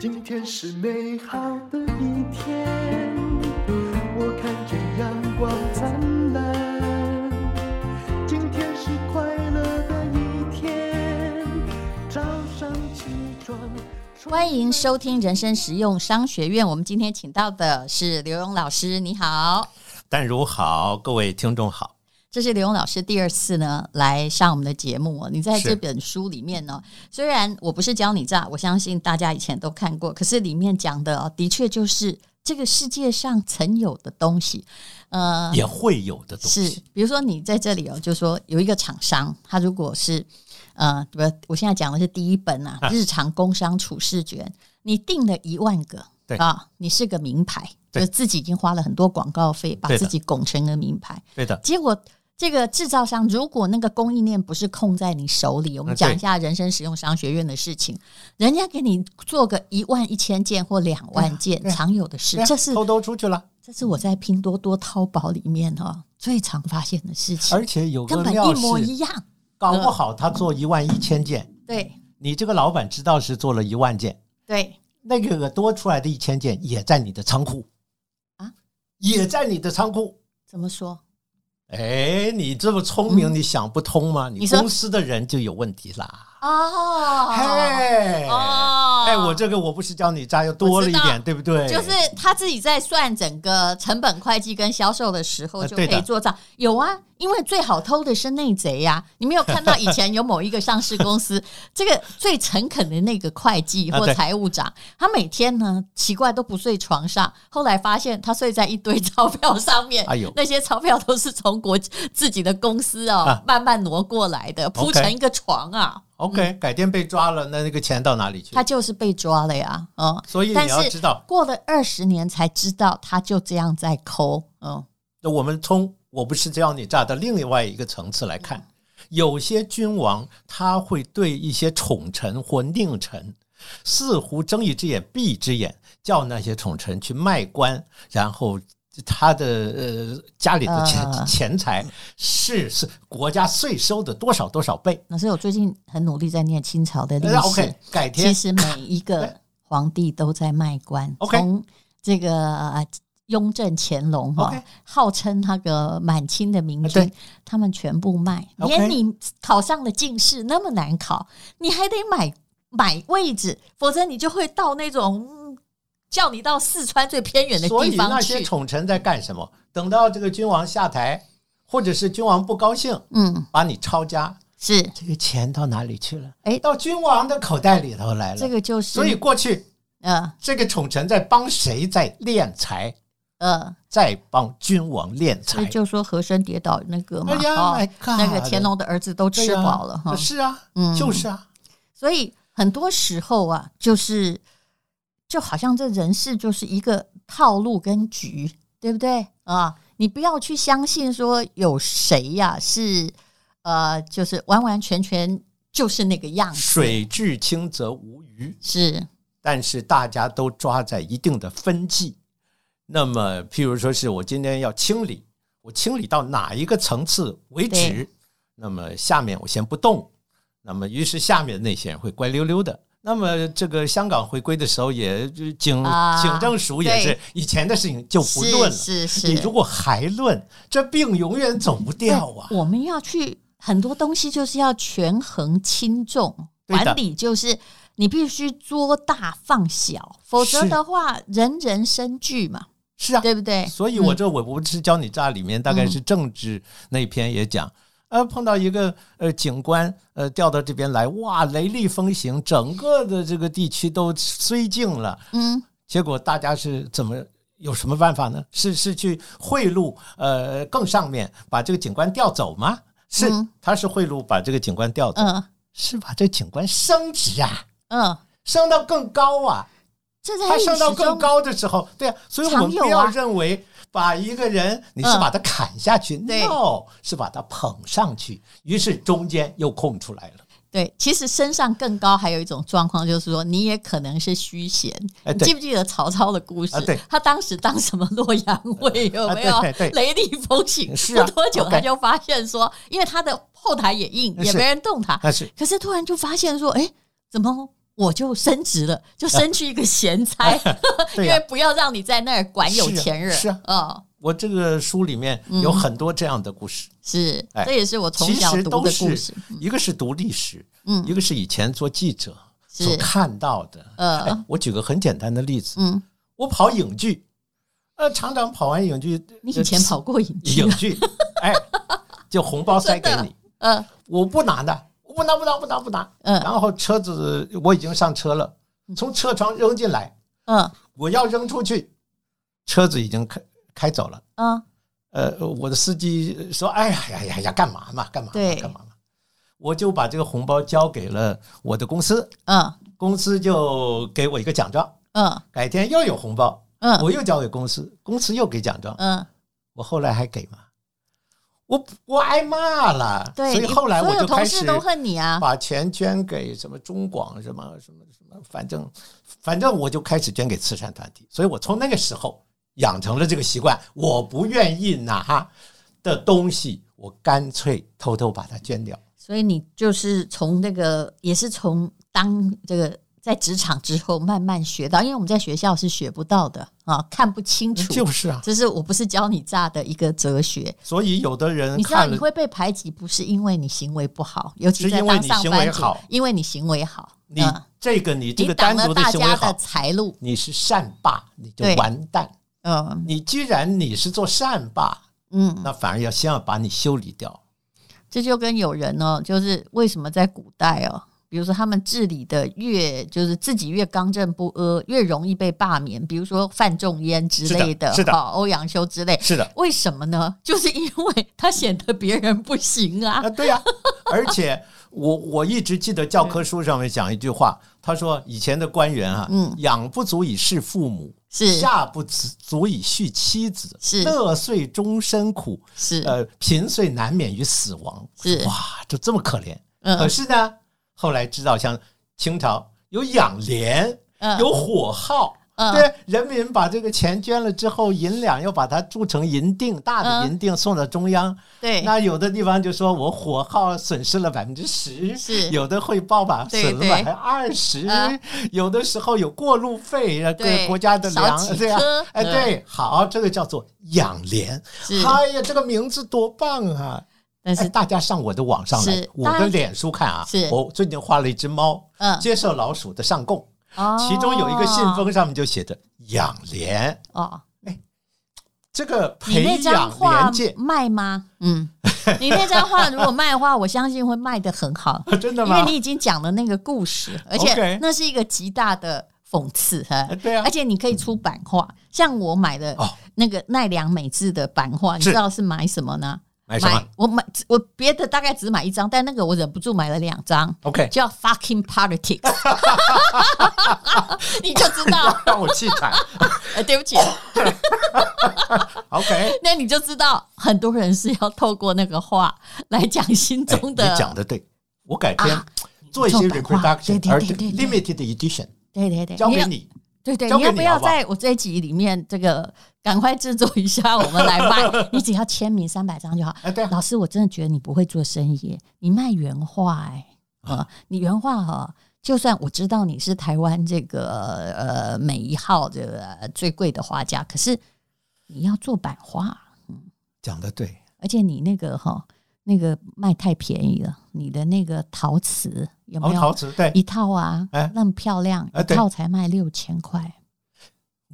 今天是美好的一天，我看见阳光灿烂。今天是快乐的一天，早上起床。欢迎收听人生实用商学院。我们今天请到的是刘勇老师，你好。淡如好，各位听众好。这是刘勇老师第二次呢来上我们的节目哦。你在这是本书里面呢，虽然我不是教你诈，我相信大家以前都看过，可是里面讲的哦，的确就是这个世界上曾有的东西。呃，也会有的东是西，，比如说你在这里哦，就说有一个厂商，他如果是呃，不，我现在讲的是第一本啊，啊日常工商处事卷，你定了一万个，对啊，你是个名牌，就对是自己已经花了很多广告费，把对的自己拱成个名牌，对的，结果。这个制造商如果那个供应链不是控在你手里，我们啊对讲一下人生实用商学院的事情，人家给你做个一万一千件或两万件，对啊常有的事，对啊这是偷偷出去了，这是我在拼多多、淘宝里面哈、哦、最常发现的事情，而且有根个本料一模是，一样。嗯搞不好他做一万一千件，对你这个老板知道是做了一万件，对，那个多出来的一千件也在你的仓库啊，也在你的仓库。怎么说？哎，你这么聪明，嗯你想不通吗？你你说公司的人就有问题啦。哦，嘿，哦哎，我这个我不是教你渣，又多了我知一道点，对不对？就是他自己在算整个成本会计跟销售的时候呃就可对以的做账。有啊，因为最好偷的是内贼 呀、你没有看到以前有某一个上市公司，这个最诚恳的那个会计啊或对财务长，他每天呢奇怪都不睡床上，后来发现他睡在一堆 钞票上面。哎呦那些钞票都是从国自己的公司哦、啊慢慢挪过来的，铺 OK 成一个床啊， OK，改天被抓了，那那个钱到哪里去他？就是被抓了呀，嗯。所以但你要是知道，过了二十年才知道，他就这样在抠，嗯，那我们从我不是教你炸的另外一个层次来看，有些君王他会对一些宠臣或佞臣，似乎睁一只眼闭一只眼，叫那些宠臣去卖官，然后。他的呃家里的啊钱钱财是是国家税收的多少多少倍？老师，我最近很努力在念清朝的历那史。 OK，改其天实每一个对皇帝都在卖官。 OK 从这个呃雍正、乾隆哈 OK，号称那个满清的明啊君对，他们全部卖。 OK 连你考上了进士那么难考，你还得买买位置，否则你就会到那种嗯叫你到四川最偏远的所地以方那些去。宠臣在干什么？等到这个君王下台，或者是君王不高兴，嗯，把你抄家，是这个钱到哪里去了？哎到君王的口袋里头来了。这个就是，所以过去呃这个宠臣在帮谁在敛财，呃，在帮君王敛所以财。就说和珅跌倒那个嘛，哎呀哦 my God 那个乾隆的儿子都吃饱了哈、对啊是啊，嗯就是啊，所以很多时候啊，就是就好像这人事就是一个套路跟局，对不对啊？你不要去相信说有谁呀、是呃，就是完完全全就是那个样子，水至清则无鱼，是但是大家都抓在一定的分际。那么，譬如说是我今天要清理，我清理到哪一个层次为止对？那么下面我先不动，那么于是下面那些人会乖溜溜的。那么这个香港回归的时候也，就警、啊警政署也是对以前的事情就不论了。是是你是如，果还论，这病永远走不掉啊！我们要去很多东西，就是要权衡轻重，对的管理就是你必须捉大放小，否则是的话人人生惧嘛，是啊，对不对？所以，我这我不是教你诈里面大概嗯是政治那篇也讲，呃，碰到一个呃警官呃调到这边来，哇，雷厉风行，整个的这个地区都绥靖了。嗯，结果大家是怎么有什么办法呢？是是去贿赂呃更上面把这个警官调走吗？是嗯，他是贿赂把这个警官调走，嗯是把这警官升职啊，嗯，升到更高啊。这在他历升到史更中高的时候，对啊，所以我们常有啊嗯不要认为把一个人你是把他砍下去、对 n o 是把他捧上去，于是中间又空出来了。对，其实身上更高还有一种状况，就是说你也可能是虚衔。哎你对记不记得曹操的故事？啊对他当时当什么洛阳尉有没有？ 啊对对对雷厉风行，是啊不多久 OK 他就发现说，因为他的后台也硬，也是没人动他，但是可是突然就发现说，哎，怎么我就升职了，就升去一个闲 差， 因哎对呀、为不要让你在那儿管有钱人。是啊哦，我这个书里面有很多这样的故事，是，哎这也是我从其小实读都的故是事。一个是读历史，嗯一个是以前做记者是所看到的。呃哎，我举个很简单的例子，嗯，我跑影剧，呃，厂长跑完影剧，呃你以前跑过瘾影 剧，哎，就红包塞给真你，呃我不拿的，我不拿，不拿，不拿，不拿。嗯然后车子我已经上车了，从车窗扔进来，嗯我要扔出去，车子已经开开走了。嗯，呃，我的司机说：“哎呀呀呀呀，干嘛嘛，干嘛嘛，对干嘛嘛。”我就把这个红包交给了我的公司，嗯公司就给我一个奖状，嗯改天又有红包，嗯我又交给公司，公司又给奖状，嗯，我后来还给吗？我我挨骂了，对，所以你后来我所有就同开始事都恨你啊。把钱捐给什么中广什么什么什么，反正反正我就开始捐给慈善团体，所以我从那个时候养成了这个习惯，我不愿意拿的东西，我干脆偷偷把它捐掉。所以你就是从那个，也是从当这个在职场之后慢慢学到，因为我们在学校是学不到的啊，看不清楚。 就是啊，这是我不是教你诈的一个哲学。所以有的人你知道嗯看你了，会被排挤，不是因为你行为不好，尤其是在因为当你上行班为族好，因为你行为好，你嗯这个你这你个挡单了独的大行为家的好，财路，你是善霸，你就对完蛋。嗯你既然你是做善霸，嗯，那反而要先要把你修理掉。这就跟有人哦，就是为什么在古代哦，比如说他们治理的越就是自己越刚正不阿，越容易被罢免，比如说范仲淹之类的，是的是的好欧阳修之类，是的，为什么呢？就是因为他显得别人不行啊 啊，，对呀、而且我我一直记得教科书上面讲一句话，他说以前的官员啊，嗯养不足以侍父母，是下不足足以恤妻子，是乐遂终身苦，是、呃，贫岁难免于死亡。是哇，就这么可怜。可嗯是呢，后来知道像清朝有养廉，嗯呃有火耗。嗯对，人民把这个钱捐了之后，银两又把它铸成银锭，大的嗯银锭送到中央，对那有的地方就说我火耗损失了百分之十，是有的汇报吧，对损了对百分之二十啊，有的时候有过路费，呃对给国家的粮少几，对啊颗，哎，嗯对，好，这个叫做养廉，是哎呀，这个名字多棒啊！但哎，是大家上我的网上来是，我大家的脸书看啊是，我最近画了一只猫，嗯，接受老鼠的上供，哦其中有一个信封上面就写着养廉，哦，这个你培那张养画廉洁，卖吗？ 嗯，你那张画如果卖的话，我相信会卖的很好。 真的因为吗你？已经讲了那个故事，而且 OK 那是一个极大的讽刺哈哎。对啊而且你可以出版画，像我买的哦那个奈良美智的版画，你是知道是买什么呢？买什么我买我别的大概只买一张，但那个我忍不住买了两张， ？OK，叫 fucking politics，你就知道， 让我气惨。呃，对不起， OK，哎那你就知道很多人是要透过那个画来讲心哎中的你，讲的对，我改天啊做一做些版画对 reproduction，对而对对对 limited edition 对对对，交你给要你。对对，交你给要不你要好不好在我这一集里面这个赶快制作一下，我们来 卖？你只要签名三百张就好。哎，对啊，老师，我真的觉得你不会做生意，你卖原画哎、啊、你原画哈、就算我知道你是台湾这个呃每一号这个最贵的画家，可是你要做版画，讲的对，而且你那个哈、那个卖太便宜了，你的那个陶瓷有熬没有、哦陶瓷，对一套啊？哎那么漂亮，哎一对套才卖六千块，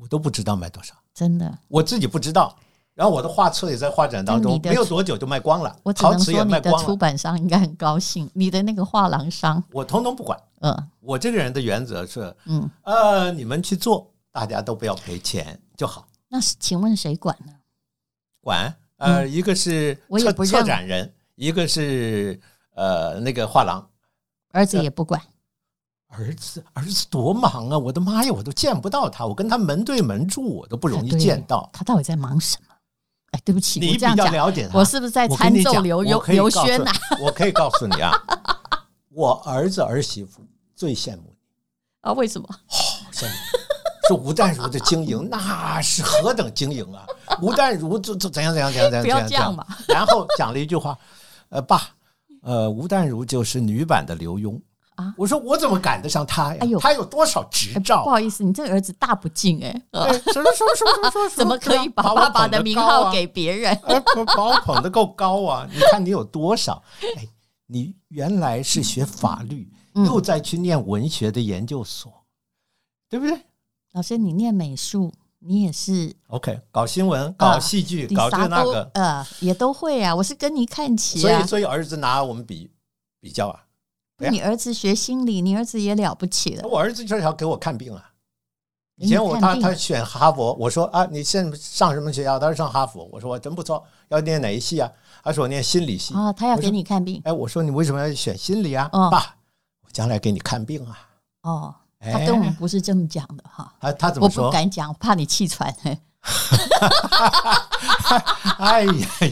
我都不知道卖多少，真的。我自己不知道。然后我的画册也在发展当那中你，的没有多久就卖光了我，只陶能瓷也说你卖的光出了，版商应该很高兴，你的那个画廊商，我通通不管。嗯我这个人的原则是，嗯，呃，你们去做，大家都不要赔钱就好。那是请问谁管呢？管，呃，一个是嗯我也策不策让展人，一个是呃那个画廊，儿子也不管，儿子，儿子多忙啊！我的妈呀，我都见不到他，我跟他门对门住，我都不容易对见到。他到底在忙什么？哎，对不起，你我比这样较讲，了解他，我是不是在我跟参你奏讲刘我游可以刘告诉轩啊呐、我可以告诉你啊，我儿子儿媳妇最羡慕你，啊？为什么？好羡慕你。说吴淡如的经营，那是何等经营啊！吴淡如这这怎样怎样怎样怎样不怎要这样怎样样嘛，然后讲了一句话，呃，爸，呃，吴淡如就是女版的刘墉。啊我说我怎么赶得上他呀？哎呦他有多少执哎照啊不？好意思，你这个儿子大不敬 哎、呃哎什么什么什 么什么什么？怎么可以把我爸爸捧的得名高号啊给别人？哎，把把我捧得够高啊！你看你有多少？哎，你原来是学法律，嗯又再去念文学的研究所，对不对老师，你念美术，你也是， ？OK，搞新闻、搞戏剧、啊你搞这啥那都个，呃也都会啊。我是跟你看齐所以啊。所以儿子拿我们比比较啊，以你儿子学心理，你儿子也了不起了。我儿子就是要给我看病啊。呃给你以前我他看病他选哈佛，我说啊，你现在上什么学校？他说上哈佛。我说我真不错，要念哪一系啊？他说我念心理系。啊、他要我给说你看病哎，我说你为什么要选心理啊？哦爸，我将来给你看病啊。哦。哎他跟我们不是这么讲的哈，他他怎我么不说？敢讲，怕你气喘。嘿哎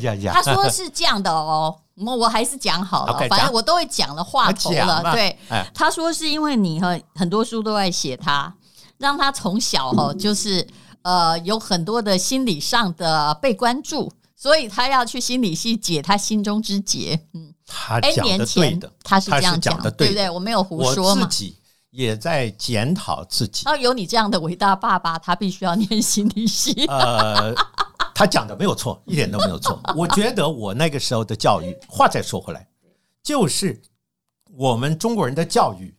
呀呀他呀！说是这样的哦， 我我还是讲好了 OK，反正讲我都会讲了话头讲了。嘛对，哎，他说是因为你和很多书都在写他，让他从小哈就是呃有很多的心理上的被关注，所以他要去心理系解他心中之结。嗯他，N 讲年的对前的，他是这样讲的对不的对？我没有胡我说自嘛。己也在检讨自己。然后有你这样的伟大爸爸，他必须要念心理系。 呃，他讲的没有错，一点都没有错。我觉得我那个时候的教育，话再说回来，就是我们中国人的教育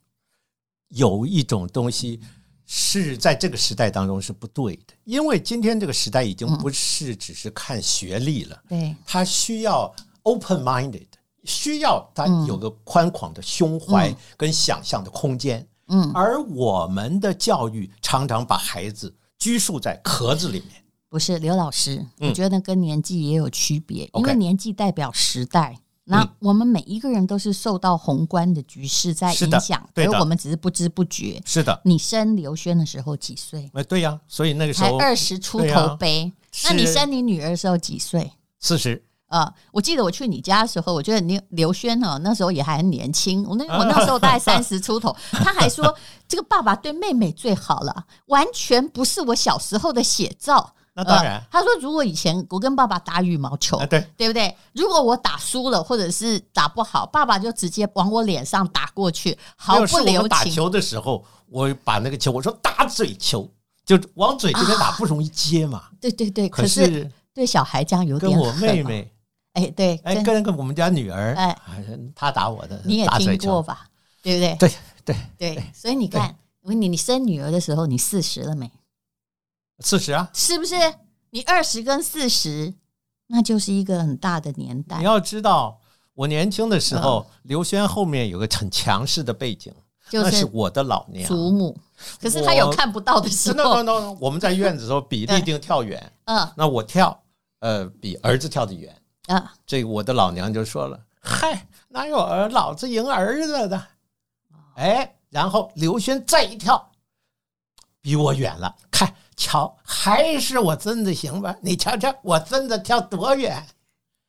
有一种东西是在这个时代当中是不对的，因为今天这个时代已经不是只是看学历了，对，他需要 open minded，需要他有个宽广的胸怀跟想象的空间。嗯，而我们的教育常常把孩子拘束在壳子里面。不是刘老师，嗯我觉得跟年纪也有区别，因 OK 为年纪代表时代。那嗯我们每一个人都是受到宏观的局势在是的影响，对而的我们只是不知不觉。是的，你生刘轩的时候几岁？哎，对呀、所以那个时才候二十出对头啊呗。是那你生你女儿的时候几岁？四十，呃，我记得我去你家的时候，我觉得你刘轩哦，那时候也还很年轻，我那啊我那时候 大概三十出头，他还说这个爸爸对妹妹最好了，完全不是我小时候的写照。那当然呃他说如果以前我跟爸爸打羽毛球，啊，对，对不对？如果我打输了或者是打不好，爸爸就直接往我脸上打过去，毫没有不是我留们打情。球的时候，我把那个球，我说打嘴球，就往嘴这边打，不容易接嘛。对对对，啊可可是对小孩这样有跟点我狠妹哦妹，哎，对，哎，真跟跟我们家女儿，哎哎，她打我的，你也打嘴听过球，吧？对不对？对对，对，所以你看，你你生女儿的时候，你四十了没？四十啊。是不是？你二十跟四十，那就是一个很大的年代你。要知道，我年轻的时候，刘轩后面有个很强势的背景，嗯就那是是我的老娘。祖母，可是他有我看不到的时 no no 候， no，我们在院子的时候比立定跳远，嗯那我跳，呃，比儿子跳得远。嗯，这我的老娘就说了：“嗨，哪有儿老子赢儿子的？”哎，然后刘轩再一跳，比我远了。看，瞧，还是我孙子行吧？你瞧瞧，我孙子跳多远！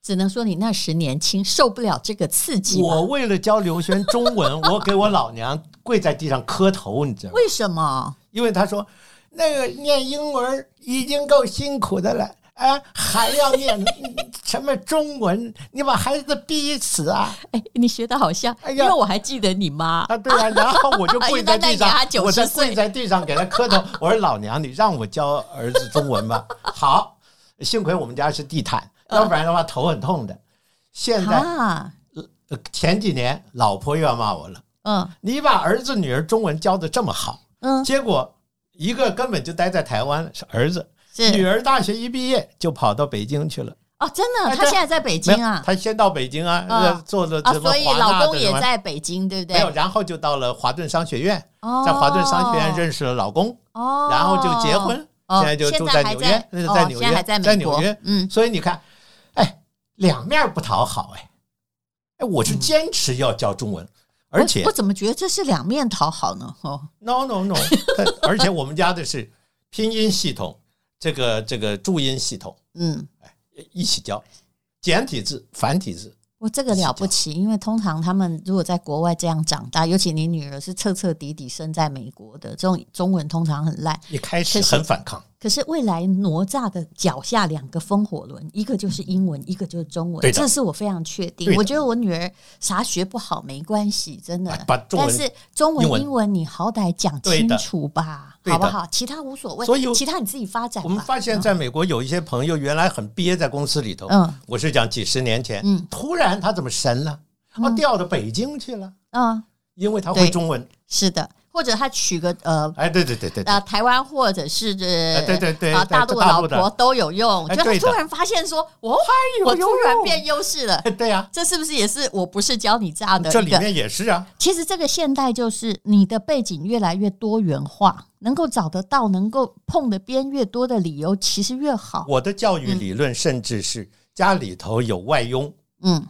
只能说你那时年轻，受不了这个刺激吧。我为了教刘轩中文，我给我老娘跪在地上磕头，你知道吗？为什么？因为他说那个念英文已经够辛苦的了。啊，还要念 什么中文？你把孩子逼死啊！哎，你学的好像，哎因呀为我还记得你妈。啊，对啊，然后我就跪 在地一般那上年还，90我在岁跪在地上给他磕头，我说老娘，你让我教儿子中文吧。好，幸亏我们家是地毯，要不然的话头很痛的。现在、啊，呃前几年老婆又要骂我了，嗯你把儿子女儿中文教的这么好，嗯，结果一个根本就待在台湾是儿子，女是儿大学一毕业就跑到北京去了。哦，真的，哎他对现在在北京啊，她先到北京啊，啊呃做了啊，什么所以华纳老公的也什么，在北京，对不对没？有，然后就到了华顿商学院，哦在华顿商学院认识了老公，哦，然后就结婚，哦，现在就住在纽约，那现在还在就哦在纽现在还约，在美国在纽约。嗯，所以你看，哎，两面不讨好，哎，哎，我是坚持要教中文，而嗯且我我怎么觉得这是两面讨好呢？哦， no no no，而且我们家的是拼音系统，这个这个注音系统嗯，一起教，简体字、繁体字，我这个了不起，因为通常他们如果在国外这样长大，尤其你女儿是彻彻底底生在美国的，这种中文通常很烂。一开确始实很反抗，可是未来哪吒的脚下两个风火轮，一个就是英文，一个就是中对文，的这是我非常确对定。的我觉得我女儿啥学不好没关系，真的哎。把中文但是中文、英文英文你好歹讲对清的楚吧，对的好不好？其他无所谓，所以其他你自己发展吧。我们发现，在美国有一些朋友原来很憋在公司里头，嗯，我是讲几十年前，嗯，突然他怎么神了？啊，调到北京去了，嗯，因为他会对中文。是的，或者他娶个呃。哎，对对对对对啊，台湾或者是这哎对对对啊，对大陆的大老陆的婆都有用，哎就他对的哎突然发现说，我我哦突然变优势了，哎对呀、这是不是也是我不是教你炸的这一里个？面也是啊，其实这个现代就是你的背景越来越多元化，能够找得到、能够碰的边越多的理由，其实越好。我的教育理论甚至是家里头有外佣，嗯，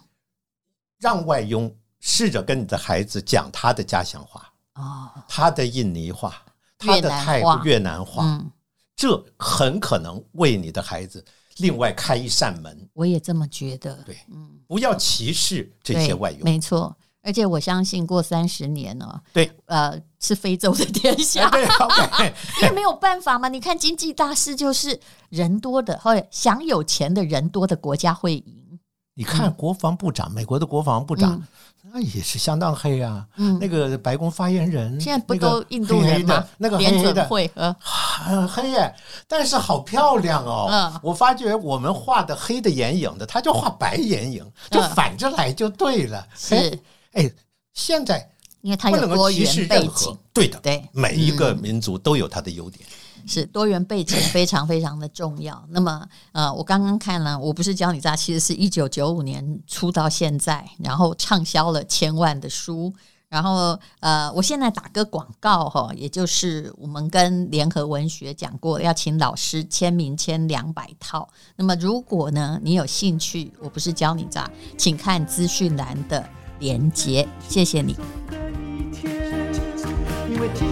让外佣试着跟你的孩子讲他的家乡话、哦，他的印尼话、他的泰越南国话越南话，嗯，这很可能为你的孩子另外开一扇门。我也这么觉得。对，嗯，不要歧视这些对外佣。没错。而且我相信过三十年呢、对，哎呃，是非洲的天下。对，OK， 因为没有办法嘛。你看经济大势就是人多的，或者享有钱的人多的国家会赢。你嗯看国防部长，美国的国防部长，那也是相当黑啊。嗯那个白宫发言人现在不嗯那个都印度黑人黑吗的？那个联黑黑准的，哎会呃，很黑耶，但是好漂亮哦。嗯我发觉我们画的黑的眼影的，他就画白眼影，就嗯反着来就对了。是哎，哎，现在因为它不有能多够歧视元背任景何，，对的，对嗯每一个民族都有它的优点。是多元背景非常非常的重要。那么，呃，我刚刚看了，我不是教你炸，其实是一九九五年出到现在，然后畅销了千万的书。然后，呃，我现在打个广告哈、也就是我们跟联合文学讲过，要请老师签名签两百套。那么，如果呢你有兴趣，我不是教你炸，请看资讯栏的连接。谢谢你。的一天，因为今